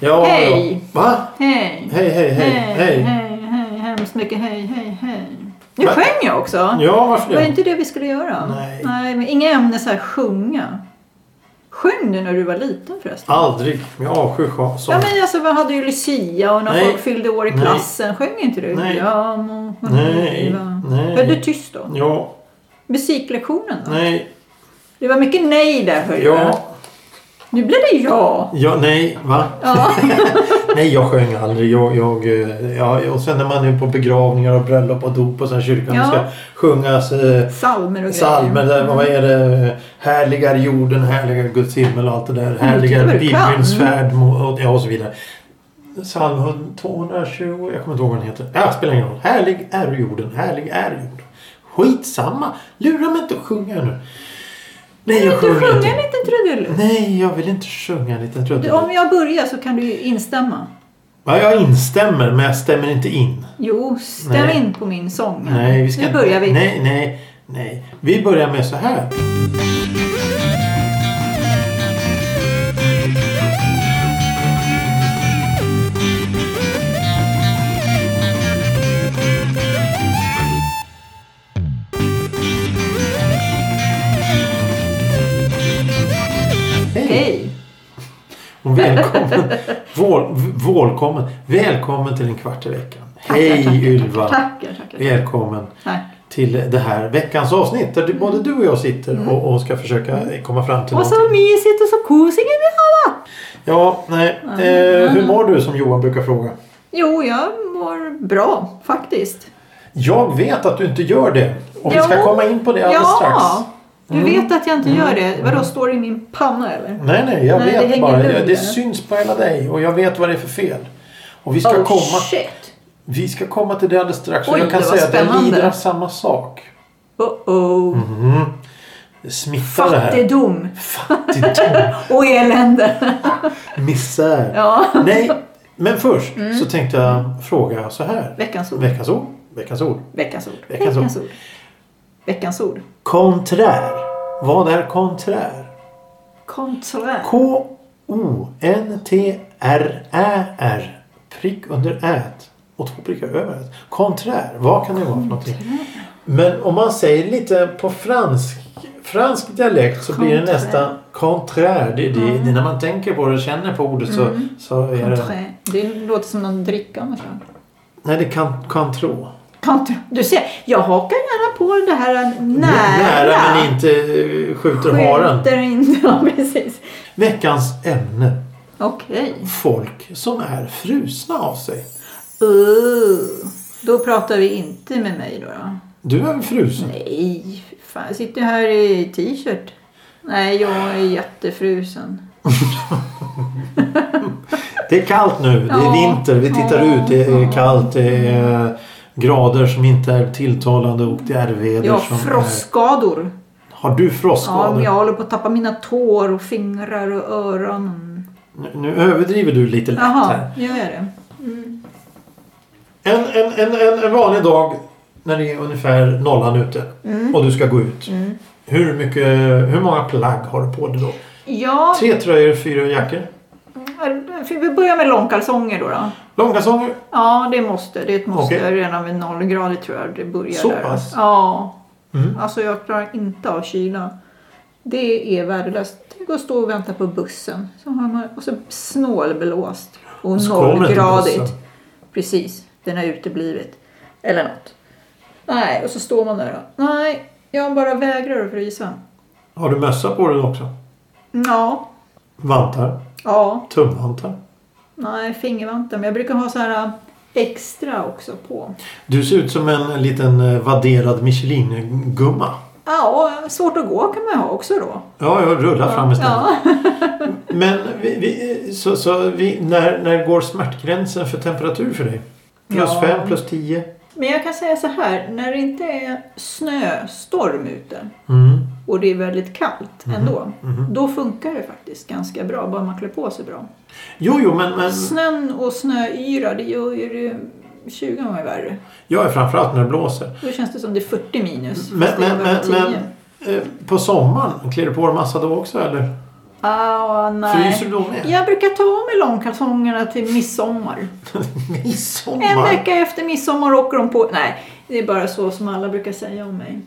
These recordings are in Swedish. Ja, Hej. Ja. Va? Hej. Hej, hej, hej. hej, Hej. hej, hej, hemskt mycket hej, hej, hej. Nu Va? sjöng jag också. Ja, varför Var det det? inte det vi skulle göra? Nej. men inga ämnen så här sjunga. Sjöng du när du var liten förresten? Aldrig. Jag avskyr sj- sånt. Ja men alltså vi hade ju Lucia och när Nej. folk fyllde år i Nej. klassen. Sjöng inte du? Nej. Ja, må hon Nej. leva. Nej. Höll du tyst då? Ja, Musiklektionen då? nej, Det var mycket nej där hörru. ja, Nu blev det ja. ja, nej, va? Ja. Nej, jag sjöng aldrig. Jag, jag, eh, ja, och sen när man är på begravningar och bröllop och dop och sen kyrkan Ja. och ska sjungas eh, Salmer och psalmer. Där, eh, vad är det? Härligar jorden, härligar Guds himmel och allt det där. Härligar titta vad du Mm, kan. Mm. Bibelns färd mo- och, ja, och så vidare. Psalm 220, jag kommer inte ihåg vad den heter. Ja, spelar ingen roll. Härlig är jorden, härlig är jorden. Skitsamma! Lura mig inte att sjunga nu. Nej, jag Du sjunger sjunger en inte. liten trudelutt. Nej, jag vill inte sjunga en liten Du, trudelutt. Om jag börjar så kan du ju instämma. Ja, jag instämmer, men jag stämmer inte in. Jo, stäm Nej. in på min sång. Nej, vi ska nu börjar vi. Nej, nej, nej. Vi börjar med så här. Hej! Och välkommen, vår, välkommen, välkommen till en kvart i veckan. Hej Ylva! Tackar, tackar. Välkommen Tack. till det här veckans avsnitt Mm. där du, både du och jag sitter och, och ska försöka komma fram till Och så någonting. mysigt och så kosingen vi har va? Ja, nej. Mm. Eh, hur mår du som Johan brukar fråga? Jo, jag mår bra faktiskt. Jag vet att du inte gör det. Och vi ska Jo. komma in på det alldeles ja, strax. Mm. du vet att jag inte gör det. Vadå, står det i min panna eller? Nej, nej. Jag Nej, det vet hänger bara. lugnt Det, där. det syns på hela dig och jag vet vad det är för fel. Och vi ska, oh komma, shit! vi ska komma till det alldeles strax. och Oj, jag kan det var säga att jag spännande. lider av samma sak. Oh oh. Det smittar det Mm. här. Fattigdom Fattigdom. och elände. Misär. ja, Mm. Nej, men först så tänkte jag fråga så här. veckans ord. Veckans ord. Veckans ord. Veckans ord. Veckans ord. ord. Veckans ord. Konträr. Vad är konträr? Konträr. K-O-N-T-R-Ä-R. Prick under ät. Och två prickar över ät. Konträr. Vad kan det vara för någonting? Men om man säger lite på fransk, fransk dialekt så blir det Contraire. nästan konträr. Det, det, det är när man tänker på det och känner på ordet så, så är det... Mm. Konträr. Det låter som någon dricka av något slag. Nej, det kan, kan tro. Kontra. Du ser, jag hakar gärna på det här nära. Nära men inte eh, skjuter haren. Skjuter inte. Ja, precis. Veckans ämne. Okej. Folk som är frusna av sig. Uh, då pratar vi inte med mig då. då. Du är väl frusen? Nej, fy fan. Jag sitter här i t-shirt. Nej, jag är jättefrusen. Det är kallt nu. Det Ja. är vinter. Vi tittar Ja. ut. Det är kallt. Det är eh, grader som inte är tilltalande och det är väder Jag har som frostskador. är... Har du Ja, frostskador? men jag håller på att tappa mina tår och fingrar och öron. Nu- Nu överdriver du lite lätt Jaha, här. gör jag det? En, en, en, en, en vanlig dag när det är ungefär nollan ute Mm. och du ska gå ut. Hur, mycket, hur många plagg har du på dig då? Ja, Tre tröjor, fyra jackor. vi börjar med långkalsonger då. då. Långkalsonger. Ja, det måste. Det är ett måste Okej. redan vid nollgrader tror jag det börjar Så där. pass? Ja. Mm. Alltså jag klarar inte av kyla. Det är värdelöst. Tänk att stå och vänta på bussen. Så har man, och så snålblåst. Och så kommer inte nollgradigt. bussen. Precis. Den har uteblivit. Eller något. Nej, och så står man där då. Nej, jag bara vägrar att frysa. Har du mössa på dig också? Ja. Vantar. Ja. Tumvantar. Nej, fingervantar. Men jag brukar ha så här äh, extra också på. Du ser ut som en liten eh, vadderad Michelin-gumma. Ja, och svårt att gå kan man ju ha också då. Ja, jag rullar fram istället. Ja. Men vi, vi, så, så vi, när, när går smärtgränsen för temperatur för dig? Plus Ja. 5, plus 10? Men jag kan säga så här, när det inte är snöstorm ute Mm. och det är väldigt kallt Mhm. ändå, då funkar det faktiskt ganska bra, bara man klär på sig bra. Mm. Jo, jo, men, men Snön och snöyra, det gör ju det 20 gånger värre. jag är framförallt när det blåser. Då känns det som det är 40 minus, Men, fast det är men, bara men, 10. men eh, på sommaren, klär du på dig massa då också eller? Ah, nej. Fryser du då med? Jag brukar ta av mig långkalsongerna till midsommar. En Midsommar? vecka efter midsommar åker de på... Nej, det är bara så som alla brukar säga om mig.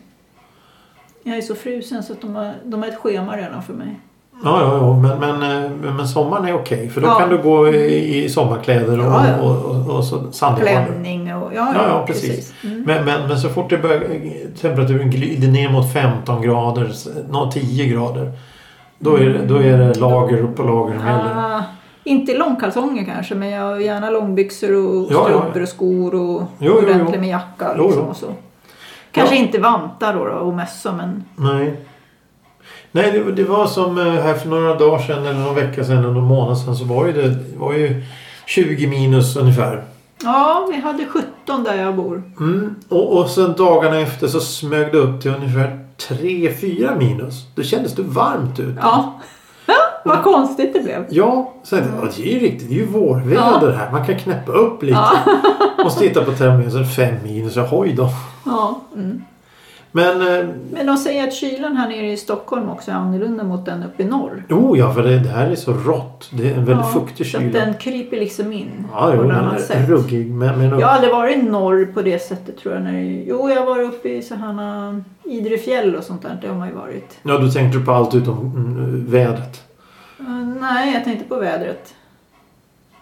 Jag är så frusen så att de har, de har ett schema redan för mig. Ja, ja, ja. Men, men, eh, men sommaren är okej. för då Ja. kan du gå i, i sommarkläder och, Ja, ja. och, och, och så sandalor. Klänning och... Ja, Ja, ja, precis. Mm. Men, men, men så fort det börjar, temperaturen glider ner mot 15 grader, s- nå 10 grader. Då är, det, då är det lager upp och lager som gäller. Ah, inte i långkalsonger kanske, men jag gärna långbyxor och Ja, ja. strumpor och skor och jo, jo. ordentligt med jacka. Jo, Liksom, jo. Och så. Kanske inte vantar då, då och mössa, men... Nej. Nej, det, det var som eh, här för några dagar sedan eller någon vecka sedan eller någon månad sedan så var ju det var ju 20 minus ungefär. Ja, vi hade 17 där jag bor. Mm. Och, och sen dagarna efter så smög det upp till ungefär 3-4 minus. Då kändes det varmt ut. Ja, vad konstigt det blev. Ja, så tänkte jag, "Ja, det är ju riktigt. Det är ju vårväder här. Man kan knäppa upp lite. Ja. Och så titta på termometern så är det fem minus. Hoj då. Ja, mm. Men, eh, Men de säger att kylan här nere i Stockholm också är annorlunda mot den uppe i norr. oh ja, för det, det här är så rått. Det är en väldigt Ja, fuktig Så att kyla. den kryper liksom in Ja, jo, på den ett annat är sätt. ruggig. Men, men, Jag har aldrig varit i norr på det sättet tror jag. När... Jo, jag var uppe i sådana Idre fjäll och sånt där. Det har man ju varit. Ja, du tänkte på allt utom mm, vädret. Eh, nej, jag tänkte på vädret.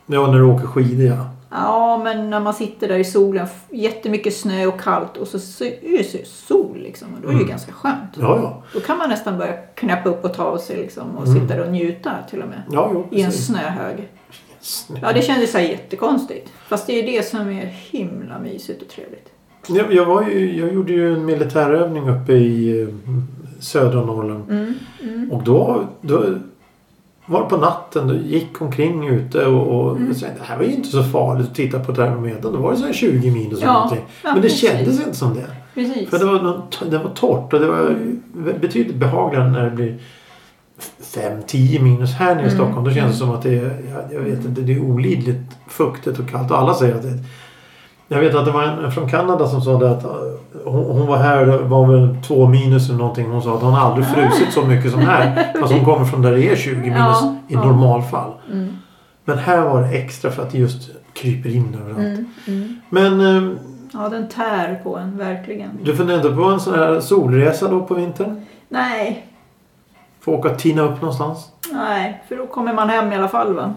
Ja, när du åker skidor ja. Ja, men när man sitter där i solen, f- jättemycket snö och kallt och så sy- är det så- sol liksom. Och då är det ju Mm. ganska skönt. Ja, ja. Då kan man nästan börja knäppa upp och ta av sig liksom och sitta där och njuta till och med. Ja, jo, I en Mm. precis. snöhög. Snö. Ja, det kändes så här jättekonstigt. Fast det är ju det som är himla mysigt och trevligt. Jag, jag, var ju, jag gjorde ju en militärövning uppe i eh, södra Norrland. Mm. Och då, då var det på natten. Då gick omkring ute och, Mm. och så, det här var ju inte så farligt att titta på termometern. Då var det så här 20 minus eller Ja, någonting. ja, Men det precis. kändes inte som det. Precis. För det var, någon- det var torrt och det var Mm. betydligt behagligare när det blir 5-10 minus här Mm. nere i Stockholm. Då känns det som att det är, jag, jag vet inte, det är olidligt fuktigt och kallt. Och alla säger att det jag vet att det var en från Kanada som sa det att eh, hon, hon var här, det var väl två minus eller någonting. Hon sa att hon aldrig frusit så mycket som här. Fast hon kommer från där det är 20 minus Ah. Ja, i ja. normalfall. Mm. Men här var det extra för att det just kryper in överallt. Mm. Mm. Men eh, Ja, den tär på en, verkligen. du funderar inte på en sån här solresa då på vintern? Nej, Få åka och tina upp någonstans? nej, för då kommer man hem i alla fall va?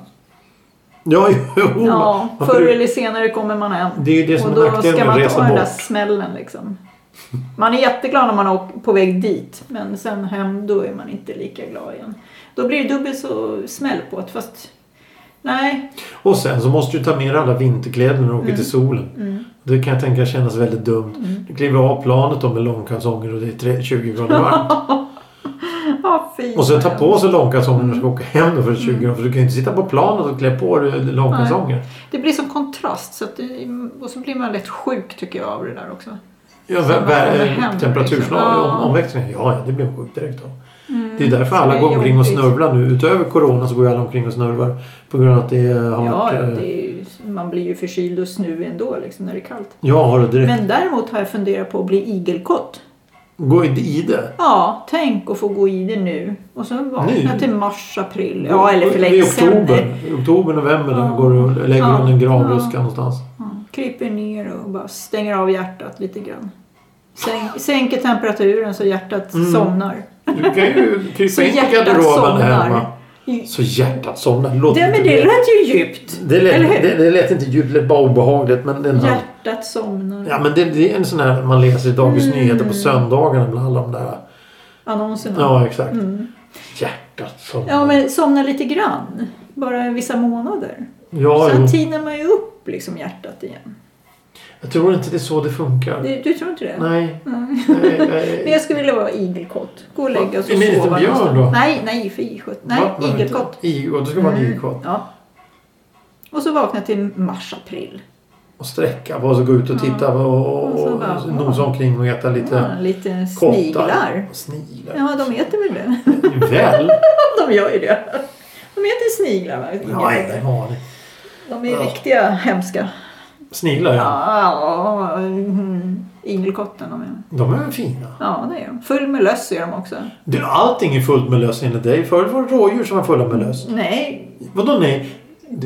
Ja, jo. Ja, man- förr eller senare kommer man hem. Det är ju det som Och är då nackdelen ska med att man resa ta den där bort. smällen liksom. Man är jätteglad när man är på väg dit, men sen hem då är man inte lika glad igen. Då blir det dubbelt så smäll på det, fast nej. Och sen så måste du ta med dig alla vinterkläder när du åker Mm. till solen. Det kan jag tänka kännas väldigt dumt. Du kliver av planet då med långkalsonger och det är tre- 20 grader varmt. Ja, fy. Och sen ta på sig långkalsonger när du ska Mm. åka hem då för det är 20 grader. För du kan ju inte sitta på planet och klä på dig långkalsonger. Det blir som kontrast så att det, och så blir man lätt sjuk tycker jag av det där också. Ja, Så man kommer hem, vä- liksom. temperaturslag, Ja. Mm. om, omväxling. Ja, ja, det blir sjukt direkt då. Det är därför Så alla det är går omkring och jobbigt. snörvlar nu. Utöver corona så går ju alla omkring och snörvlar. På grund av att det har Ja, varit... eh, det är, ju- man blir ju förkyld och snuvig ändå liksom, när det är kallt. Ja, har det direkt. Men däremot har jag funderat på att bli igelkott. Gå i det. Ja, tänk att få gå i det nu. Och så vakna Nu? till mars, april. Ja, eller för länge I sedan. oktober, I oktober november Ja. där går du och lägger Ja. under en granbuska Ja. någonstans. Ja, kryper ner och bara stänger av hjärtat lite grann. Sänk, sänker temperaturen så hjärtat Mm. somnar. Du kan ju Så krypa in i hjärtat garderoben hemma. somnar. I- Så hjärtat somnar. Låt Det, men inte det lät ju djupt. det, eller lät, hur? det, det lät inte djupt, det lät bara obehagligt. Men det, är en- Hjärtat somnar. ja, men det, det är en sån här man läser i Dagens Mm. Nyheter på söndagarna bland alla de där. Annonserna. Ja, exakt. Mm. Hjärtat somnar. Ja, men somna lite grann. Bara vissa månader. Ja, Sen jo. tinar man ju upp liksom hjärtat igen. Jag tror inte det är så det funkar. Du, du tror inte det? Nej. Mm. nej, Men nej. jag skulle vilja vara igelkott. Gå och lägga oss En och liten sova. björn någonstans. då? Nej, nej, för i sjutton. Nej, Va? igelkott. Igelkott, då ska man vara Mm, igelkott. Ja. Och så vakna till mars-april. och sträcka på oss och gå ut och titta på och, Och så och, bara, och nosa omkring och äta lite Ja, lite kottar. sniglar. Sniglar? Ja, de äter väl det. Väl? de gör ju det. De äter sniglar. va? Nej, det har ni. De är Ja. riktiga hemska. Sniglar ja. Ja, mm. igelkotten. Om jag... De är väl fina? Ja, det är de. Full med löss är de också. Du, allting är fullt med löss enligt dig. Förut var det rådjur som var fulla med löss. Nej, Vadå nej?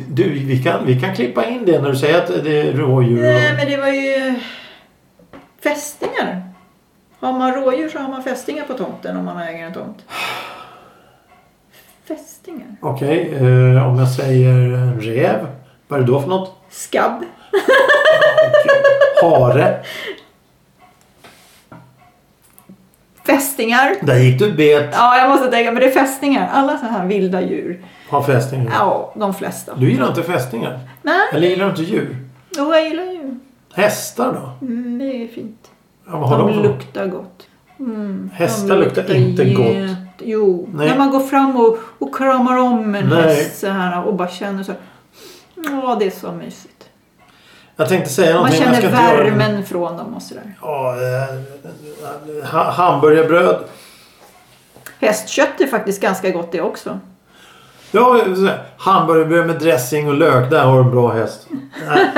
Du, vi kan, vi kan klippa in det när du säger att det är rådjur. nej Och... men det var ju fästingar. Har man rådjur så har man fästingar på tomten om man äger en tomt. Fästingar? Okej, eh, om jag säger en räv. Vad är det då för något? Skabb? Hare. Fästingar? Där gick du bet. Ja, jag måste tänka, men det är fästingar. Alla så här vilda djur. Har fästingar. Ja, de flesta. Du gillar inte fästingar? Nej, Eller gillar du inte djur? jo, jag gillar ju. Hästar då? Mm, det är fint. Ja, vad har De de, de luktar gott. Mm, Hästar de luktar inte jätte- Jo, Nej. när man går fram och, och kramar om en Nej. häst så här och bara känner så här. Ja, det är så mysigt. Jag tänkte säga Man någonting. men jag känner ska inte göra det. värmen från dem och sådär. Ja, eh, ha- hamburgerbröd. Hästkött är faktiskt ganska gott det också. Ja, så här, hamburgerbröd med dressing och lök. Där har du en bra häst. Nej.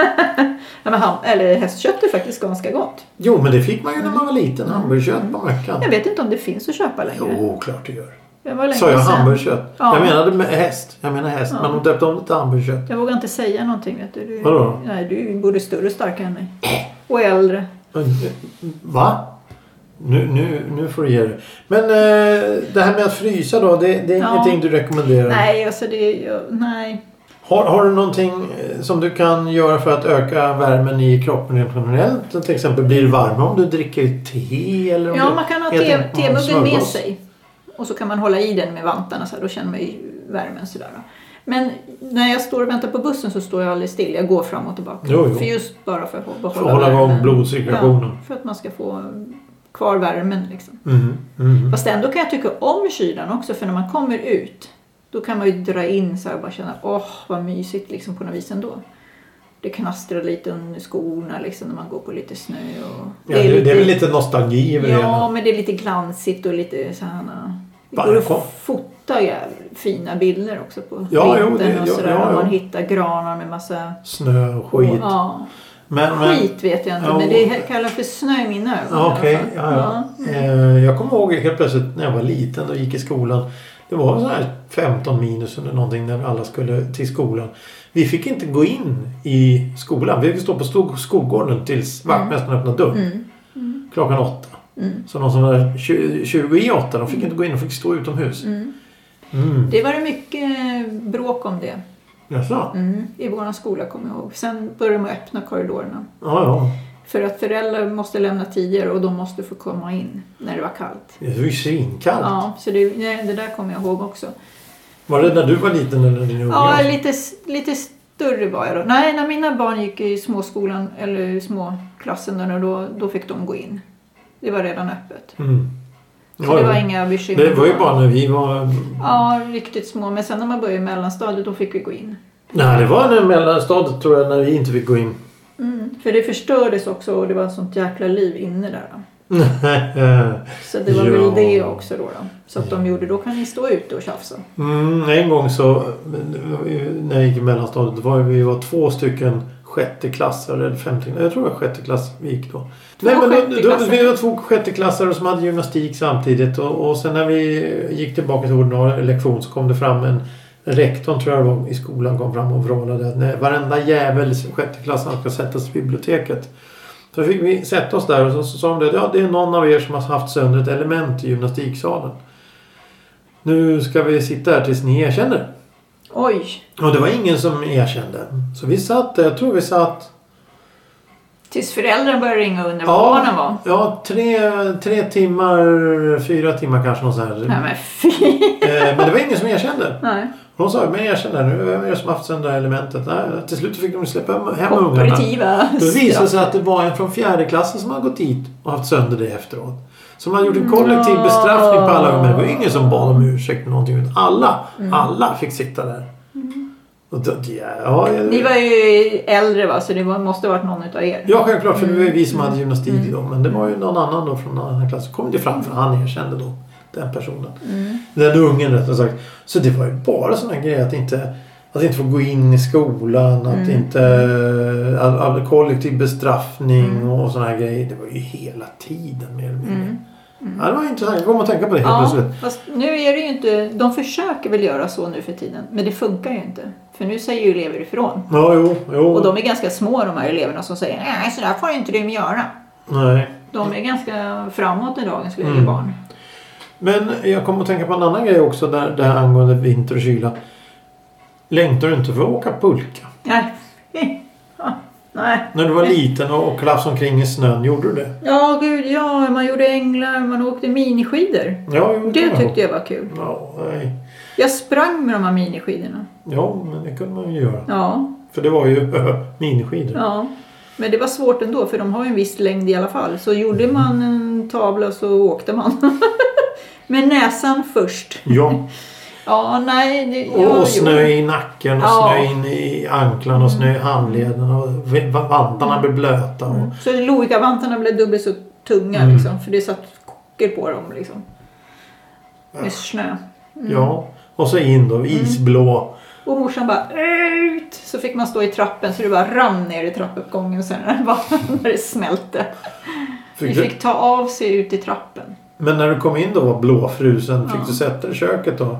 Ja, men ham- eller hästkött är faktiskt ganska gott. Jo, men det fick man ju när man var liten. Hamburgerkött på mackan. Jag vet inte om det finns att köpa längre. Jo, klart det gör. Det var länge Sa jag sedan. hamburgerkött? Ja. Jag menade med häst. Jag menar häst. Men de döpte om det till hamburgerkött. Jag vågar inte säga någonting vet du. du Vadå? Äh. Nej, du är både större och starkare än mig. Och äldre. Men, eh, Va? Nu, nu, nu får du ge dig. Men eh, det här med att frysa då. Det, det är Ja. ingenting du rekommenderar? Nej, alltså det är ju... Nej. Har, har du någonting eh, som du kan göra för att öka värmen i kroppen rent generellt? Till exempel blir det varmare om du dricker te? Eller om Ja, du man kan ha äter te- en temuggen med smörgås? sig. Och så kan man hålla i den med vantarna så här, då känner man ju värmen sådär. va. Men när jag står och väntar på bussen så står jag aldrig still. Jag går fram och tillbaka. Jo, jo. För just bara för att få- behålla För att hålla igång blodcirkulationen. Ja, för att man ska få kvar värmen liksom. Mm, mm. Fast ändå kan jag tycka om kylan också för när man kommer ut då kan man ju dra in så här och bara känna åh vad mysigt liksom på något vis ändå. Det knastrar lite under skorna liksom när man går på lite snö och... Ja, det, det är väl lite nostalgi över det Ja, hela. men det är lite glansigt och lite så här... na. Det Fan, går jag kom- att fota jävla fina bilder också på Ja, jo, vintern det- och ja, sådär. ja, när Man ja. hittar granar med massa... Snö och skit. Ja. Men, men, Skit vet jag inte, Ja. men det kallas för snö i mina ögon. i alla Okej, fall. ja, ja. Eh, Jag kommer ihåg helt plötsligt när jag var liten och gick i skolan. Det var så här 15 minus eller någonting när alla skulle till skolan. Vi fick inte gå in i skolan. Vi fick stå på skog- skolgården tills vaktmästaren öppnade dörren. Mm. Klockan åtta. Mm. Så någon som var tju- 20 i åtta, de fick inte gå in. De fick stå utomhus. Mm. Mm. Det var det mycket bråk om det Jaså? Ja, mm. i vår skola, kommer jag ihåg. Sen började man öppna korridorerna. ja. För att föräldrar måste lämna tidigare och de måste få komma in när det var kallt. Det var ju svinkallt. Ja, så det, nej, det där kommer jag ihåg också. Var det när du var liten eller när din unge? Ja, var? lite, lite större var jag då. Nej, när mina barn gick i småskolan eller i småklassen då, då, då fick de gå in. Det var redan öppet. Mm. Så Ja, det ja. var inga bekymmer. det var ju bara när vi var Ja, riktigt små. Men sen när man började i mellanstadiet då fick vi gå in. Nej, det var när mellanstadiet tror jag när vi inte fick gå in. För det förstördes också och det var ett sånt jäkla liv inne där. Då. Så det var Ja. väl det också då. då. Så att de gjorde, då kan ni stå ute och tjafsa. mm, en gång så när jag gick i mellanstadiet då var vi var två stycken sjätteklassare eller femte, jag tror det var sjätteklass vi gick då. Nej, men då, då, sjätteklassare. vi var två sjätteklassare som hade gymnastik samtidigt och, och sen när vi gick tillbaka till ordinarie lektion så kom det fram en rektorn tror jag det var, i skolan kom fram och vrålade att nej, varenda jävel sjätteklassare ska sättas i biblioteket. Så fick vi sätta oss där och så, så sa de det. Ja, det är någon av er som har haft sönder ett element i gymnastiksalen. Nu ska vi sitta här tills ni erkänner. Oj! Och det var ingen som erkände. Så vi satt, jag tror vi satt... Tills föräldrarna började ringa och undra var barnen var. ja tre, tre timmar, fyra timmar kanske. Något sånt här. Nej men fy! Eh, men det var ingen som erkände. Nej. De sa, men erkänn det nu. Vem är det som har haft sönder elementet? Nej, till slut fick de släppa hem ungarna. Kooperativa Då visade det sig att det var en från fjärde klassen som hade gått dit och haft sönder det efteråt. Så man har gjort en kollektiv Ja. bestraffning på alla. Men det var ingen som bad om ursäkt eller någonting. utan Alla, alla fick sitta där. Och då, ja, ja, Ni var ju äldre va, så det var, måste ha varit någon utav er. ja, självklart. För det Mm. var ju vi som hade gymnastik då. Men det var ju någon annan då från en annan klass. kom det fram för han erkände då. Mm. Den personen. Den ungen rättare sagt. Så det var ju bara sådana grejer att inte Att inte få gå in i skolan, att Mm. inte... All, all kollektiv bestraffning Mm. och sådana här grejer. Det var ju hela tiden mer eller mindre. Mm. Ja, det var intressant. Jag kom att tänka på det helt Ja, plötsligt. fast nu är det ju inte... De försöker väl göra så nu för tiden, men det funkar ju inte. För nu säger ju elever ifrån. Ja, jo, jo. Och de är ganska små de här eleverna som säger nej så där får inte du göra. Nej. De är ganska framåt i dagens lilla Mm. barn. Men jag kom att tänka på en annan grej också där, där angående vinter och kyla. Längtar du inte för att åka pulka? Nej. Ja, nej. När du var liten och, och klaffade omkring i snön, gjorde du det? Ja, gud ja. Man gjorde änglar, man åkte miniskidor. Ja, jo, Det kan ihåg. tyckte jag var kul. Ja, nej. Jag sprang med de här miniskidorna. ja, men det kunde man ju göra. Ja, För det var ju miniskidor. ja. Men det var svårt ändå för de har ju en viss längd i alla fall. Så gjorde Mm. man en tavla så åkte man. med näsan först. Ja, Ja, nej. Det, och, jag, och snö i nacken och Ja. Mm. snö in i anklarna och snö i handleden och v- vantarna blev blöta. Och, Så loikavantarna blev dubbelt så tunga Mm. liksom, för det satt kocker på dem liksom. Med snö. Ja, och så in Mm. då isblå. Och morsan bara ut! Så fick man stå i trappen så det bara rann ner i trappuppgången sen när det, bara, när det smälte. Vi Fick du, fick ta av sig ut i trappen. men när du kom in då var blåfrusen. Fick Ja. du sätta dig i köket då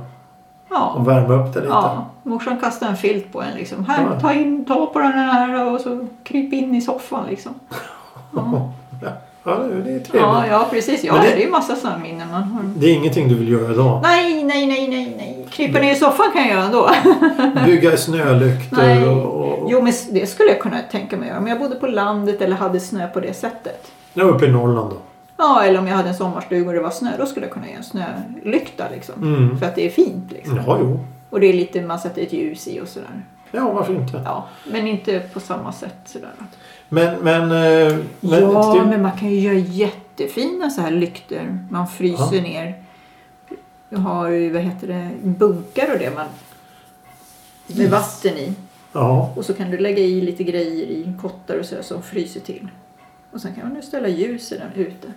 Ja, och värma upp dig lite? ja. morsan kastade en filt på en liksom. Här, Ja. ta, in, ta på den här och så kryp in i soffan liksom. Ja, ja det är trevligt. Ja, ja precis. Ja, Men det... det- är ju massa sådana minnen man har. Det är ingenting du vill göra idag. Nej, nej, nej, nej, nej. Krypa ner i soffan kan jag göra ändå. Bygga snölyktor Nej. och, och, Jo, men det skulle jag kunna tänka mig göra. Om jag bodde på landet eller hade snö på det sättet. och uppe i Norrland då. Ja, eller om jag hade en sommarstuga och det var snö. Då skulle jag kunna göra en snölykta liksom. Mm. För att det är fint liksom. Ja, jo. Och det är lite, man sätter ett ljus i och sådär. Ja, varför inte? Ja, men inte på samma sätt sådär. Men, men... eh, men ja, det- men man kan ju göra jättefina så här lyktor. Man fryser ner. Jag har ju, vad heter det, bunkar och det man... Med Is. vatten i. ja. Och så kan du lägga i lite grejer i kottar och så som fryser till. Och sen kan man ju ställa ljus i den ute.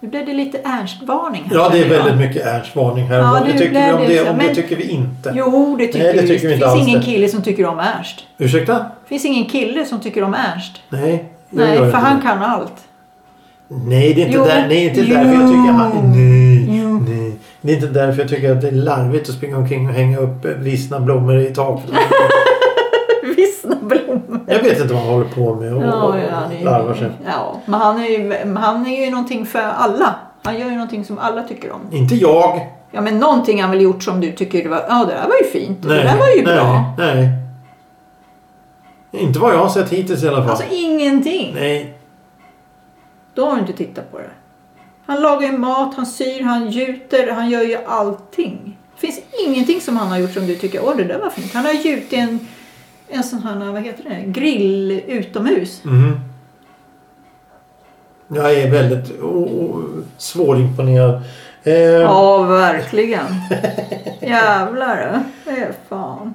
Nu blev det lite Ernst-varning här. ja, det är känner jag. väldigt mycket Ernst varning här. Ja, Vad det tycker vi blev om det det? så, Om det men- tycker vi inte. Jo, det tycker, Nej, det vi tycker vi visst. inte finns alls ingen det. kille som tycker om Ernst. Ursäkta? finns ingen kille som tycker om Ernst. Nej. jag Nej, gör för inte han det. kan allt. Nej, det är inte, Jo. där, nej, inte Jo. därför jag tycker han... Nej, Jo. nej. Det är inte därför jag tycker att det är larvigt att springa omkring och hänga upp eh, vissna blommor i taket. Vissna blommor. Jag vet inte vad han håller på med och Ja, och ja, han är larvar sig. ju, ja, men han är, ju, han är ju någonting för alla. Han gör ju någonting som alla tycker om. Inte jag. Ja, men någonting han väl gjort som du tycker det var, ja det där var ju fint. Nej, det där var ju nej, bra. Nej. Inte vad jag har sett hittills i alla fall. Alltså ingenting. nej. Då har du inte tittat på det. Han lagar ju mat, han syr, han gjuter, han gör ju allting. Det finns ingenting som han har gjort som du tycker, åh det där var fint. Han har gjutit en, en sån här, vad heter det, grill utomhus. Mhm. Jag är väldigt o- o- svårimponerad. Eh, Ja, verkligen. Jävlar du. det är fan.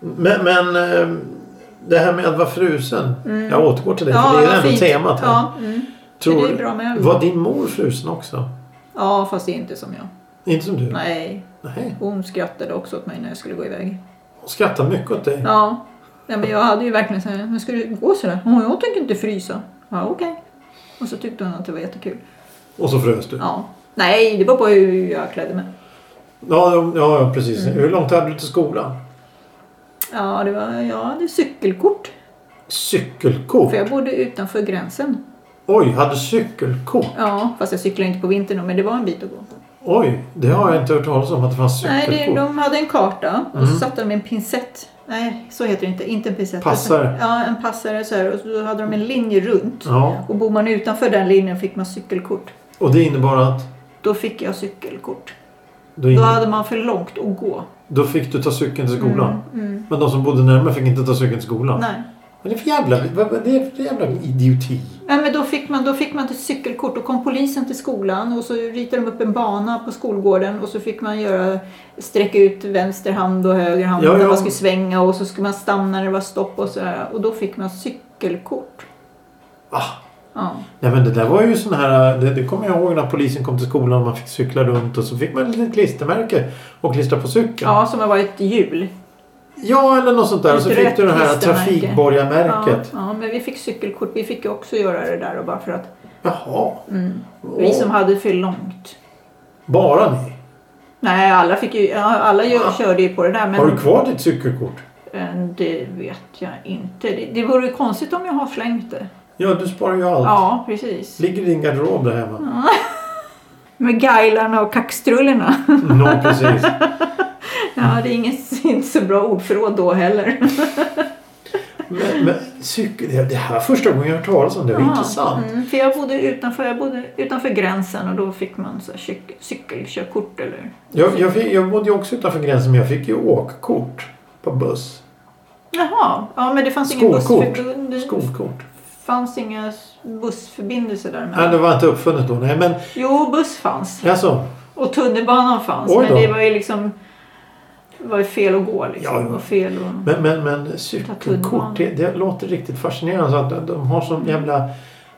Men, men eh, det här med att vara frusen. Jag återgår till det. Mm. Ja, för det vad är ändå fint. temat här. Ja, mm. Tror, det är bra med öl. Var din mor frusen också? ja, fast det är inte som jag. Inte som du? Nej, Nej. hon skrattade också åt mig när jag skulle gå iväg. Hon skrattar mycket åt dig. Ja, ja men jag hade ju verkligen så här, men ska du gå sådär? Hon, jag tänker inte frysa. Ja, okej. Och så tyckte hon att det var jättekul. Och så frös du. Ja, Ja. Nej, det var på hur jag klädde mig. ja, ja precis. Mm. Hur långt hade du till skolan? Ja, det var, jag hade cykelkort. Cykelkort? För jag bodde utanför gränsen. Oj, hade cykelkort? Ja, fast jag cyklade inte på vintern då, men det var en bit att gå. Oj, det har jag inte hört talas om att det fanns Nej, cykelkort. det, de hade en karta och Mm. så satte de en pincett. Nej, så heter det inte. Inte en pincett. Alltså, Passare. Ja, en passare så här. Och så hade de en linje runt. Ja, Och bor man utanför den linjen fick man cykelkort. och det innebar att Då fick jag cykelkort. då, Då in, hade man för långt att gå. då fick du ta cykeln till skolan. Mm, mm. Men de som bodde närmare fick inte ta cykeln till skolan. Nej. Vad är det för jävla, vad, vad är det för jävla idioti? Nej, men då fick man, då fick man ett cykelkort. Då kom polisen till skolan och så ritade de upp en bana på skolgården och så fick man göra, sträcka ut vänster hand och höger hand Ja, när ja. man skulle svänga och så skulle man stanna när det var stopp och sådär. Och då fick man cykelkort. Va? Ja. Nej men det där var ju sån här, det, det kommer jag ihåg när polisen kom till skolan och man fick cykla runt och så fick man ett litet klistermärke och klistra på cykeln. ja, som har varit hjul. Ja, eller något sånt där. Och så Ett fick rött du det här klistermärke. Ja, trafikborgarmärket. ja, men vi fick cykelkort. Vi fick ju också göra det där och bara för att mm. Jaha. vi Åh, som hade för långt. Bara ni? Nej, alla, fick ju, ja, alla ju, körde ju på det där. Men Ah. Har du kvar ditt cykelkort? Eh, Det vet jag inte. Det, det vore ju konstigt om jag har slängt det. Ja, du sparar ju allt. Ja, precis. Ligger i din garderob där hemma? Med gailarna och kaxtrullerna. Nå, precis. Ja, det är inget, inte så bra ordförråd då heller. Men, men cykel, det- det här är första gången jag har hört talas om det. Det är intressant. Mm, för jag bodde, utanför, jag bodde utanför gränsen och då fick man så här cyk, cykelkörkort eller... Jag, jag, fick, jag bodde ju också utanför gränsen men jag fick ju åkkort på buss. Jaha, ja men det fanns ingen Skolkort. bussförbund. Det Skolkort. fanns inga bussförbindelser där. Nej, Men... det var inte uppfunnet då. Nej, men Jo, buss fanns. alltså. Och tunnelbanan fanns. Oj Men då. det var ju liksom... Det var ju fel att gå liksom. Ja, ja. Och fel att... Men, men, men cykelkort, Typ det, det låter riktigt fascinerande. Så att de- de har sån jävla...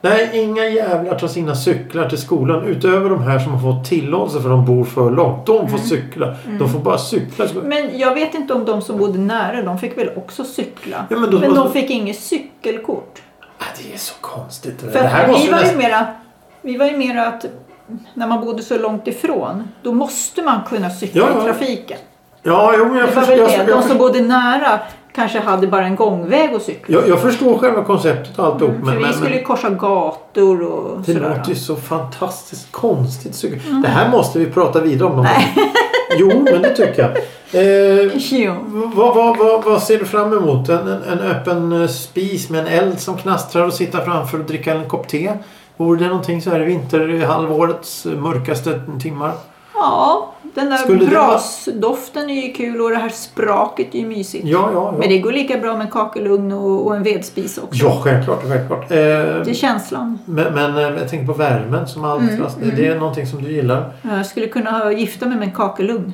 Nej, inga jävlar tar sina cyklar till skolan. Utöver de här som har fått tillåtelse för de bor för långt. De Mm. får cykla. De får bara cykla. Men jag vet inte om de som bodde nära, de fick väl också cykla. Ja, men då- de fick inget cykelkort. Ah, det är så konstigt. Det, För det här att måste vi, var ju nästan... mera, vi var ju mera att när man bodde så långt ifrån, då måste man kunna cykla Ja, ja. i trafiken. Ja, jo, men jag, Det var förstår, väl jag, det. jag, De jag, som förstår, bodde nära kanske hade bara en gångväg att cykla. jag, jag förstår själva konceptet och alltihop. Mm, För men, vi men, skulle men ju korsa gator och det sådär. Mm. låter ju så fantastiskt konstigt. cykel. Det här måste vi prata vidare om någon gång. Jo, men det tycker jag. Eh, Jo. Vad, vad, vad, vad ser du fram emot? En, en, en öppen eh, spis med en eld som knastrar och sitta framför och dricka en kopp te? Vore det någonting så här i vinterhalvårets eh, mörkaste timmar? Ja, den där Skulle det vara- brasdoften är ju kul och det här spraket är ju mysigt. Ja, ja, Men ja. det går lika bra med en kakelugn och, och en vedspis också. Ja, självklart. självklart. Eh, Det Mm, är känslan. men, men eh, jag tänker på värmen som alstras. Det- Det är någonting som du gillar. Jag skulle kunna gifta mig med en kakelugn.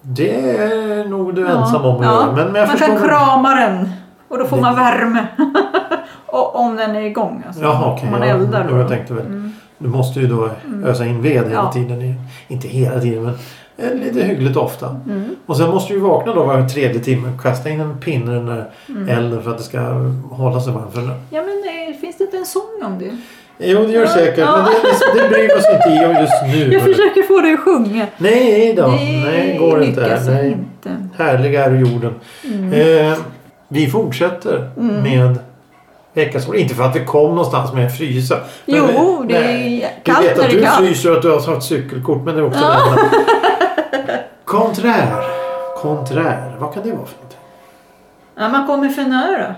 Det är nog du Ja, ensam om att ja. göra. Men, men jag man förstår... kan krama den och då får Det- man värme. och, om den är igång alltså. Jaha, okej. Om man ja, eldar jo, då. Mm. Jag tänkte väl. Du måste ju då ösa in ved hela Ja. tiden. i- Inte hela tiden men eh, lite hyggligt ofta. Mm. Och sen måste du ju vakna då var tredje timme. Kasta in en pinne i den där Mm. elden för att det ska hålla sig varm. För den. Ja men eh, finns det inte en sång om det? Jo det gör det Ja, säkert. ja. Men det, det, det bryr vi oss inte om just nu. Jag försöker få dig att sjunga. Nej då. Det Nej, går inte. lyckas Nej. inte. Härlig är jorden. Mm. Eh, vi fortsätter med veckans ord. Inte för att vi kom någonstans med att frysa. Men Jo, vi- det är kallt Vi vet när att det är du kallt. fryser och att du har haft cykelkort. Men det är också detta. Konträr. Konträr. Vad kan det vara för någonting? Ja, man kommer för nära.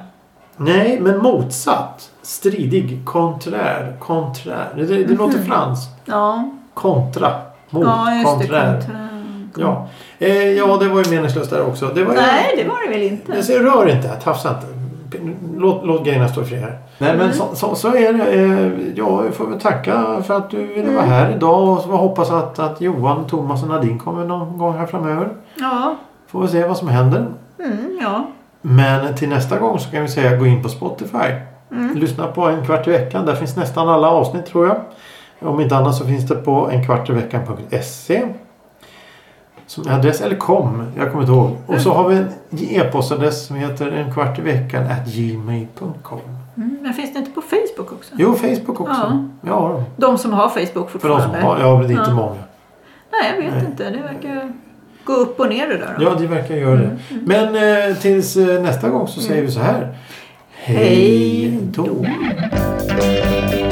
Nej, men motsatt. Stridig. Konträr. Konträr. Det, det, det låter franskt. Ja, Kontra. Mot. Mhm. ja just konträr. det. Konträr. Oh, Ja. Eh, ja, det var ju meningslöst där också. Det var ju- Nej, det var det väl inte. Men så rör inte, tafsa inte. Låt, låt grejerna stå fria här. Nej men så, så, så är det. Eh, ja, jag får väl tacka för att du ville vara här idag och så hoppas att, att Johan, Thomas och Nadine kommer någon gång här framöver. Ja, Får vi se vad som händer. mm, ja. Men till nästa gång så kan vi säga gå in på Spotify. Lyssna på En kvart i veckan. Där finns nästan alla avsnitt tror jag. Om inte annat så finns det på enkvartiveckan.se som adress, eller kom, jag kommer inte ihåg. Och så har vi en e-postadress som heter enkvartiveckan.gmail.com Mm, men finns det inte på Facebook också? Jo, Facebook också. Ja, De som har Facebook för de fortfarande? som har. Ja, men det är inte Ja. många. Nej, jag vet Nej. inte. Det verkar gå upp och ner det där. då. Ja, det verkar göra det. Men eh, tills eh, nästa gång så säger vi så här. Hej Hej då. då.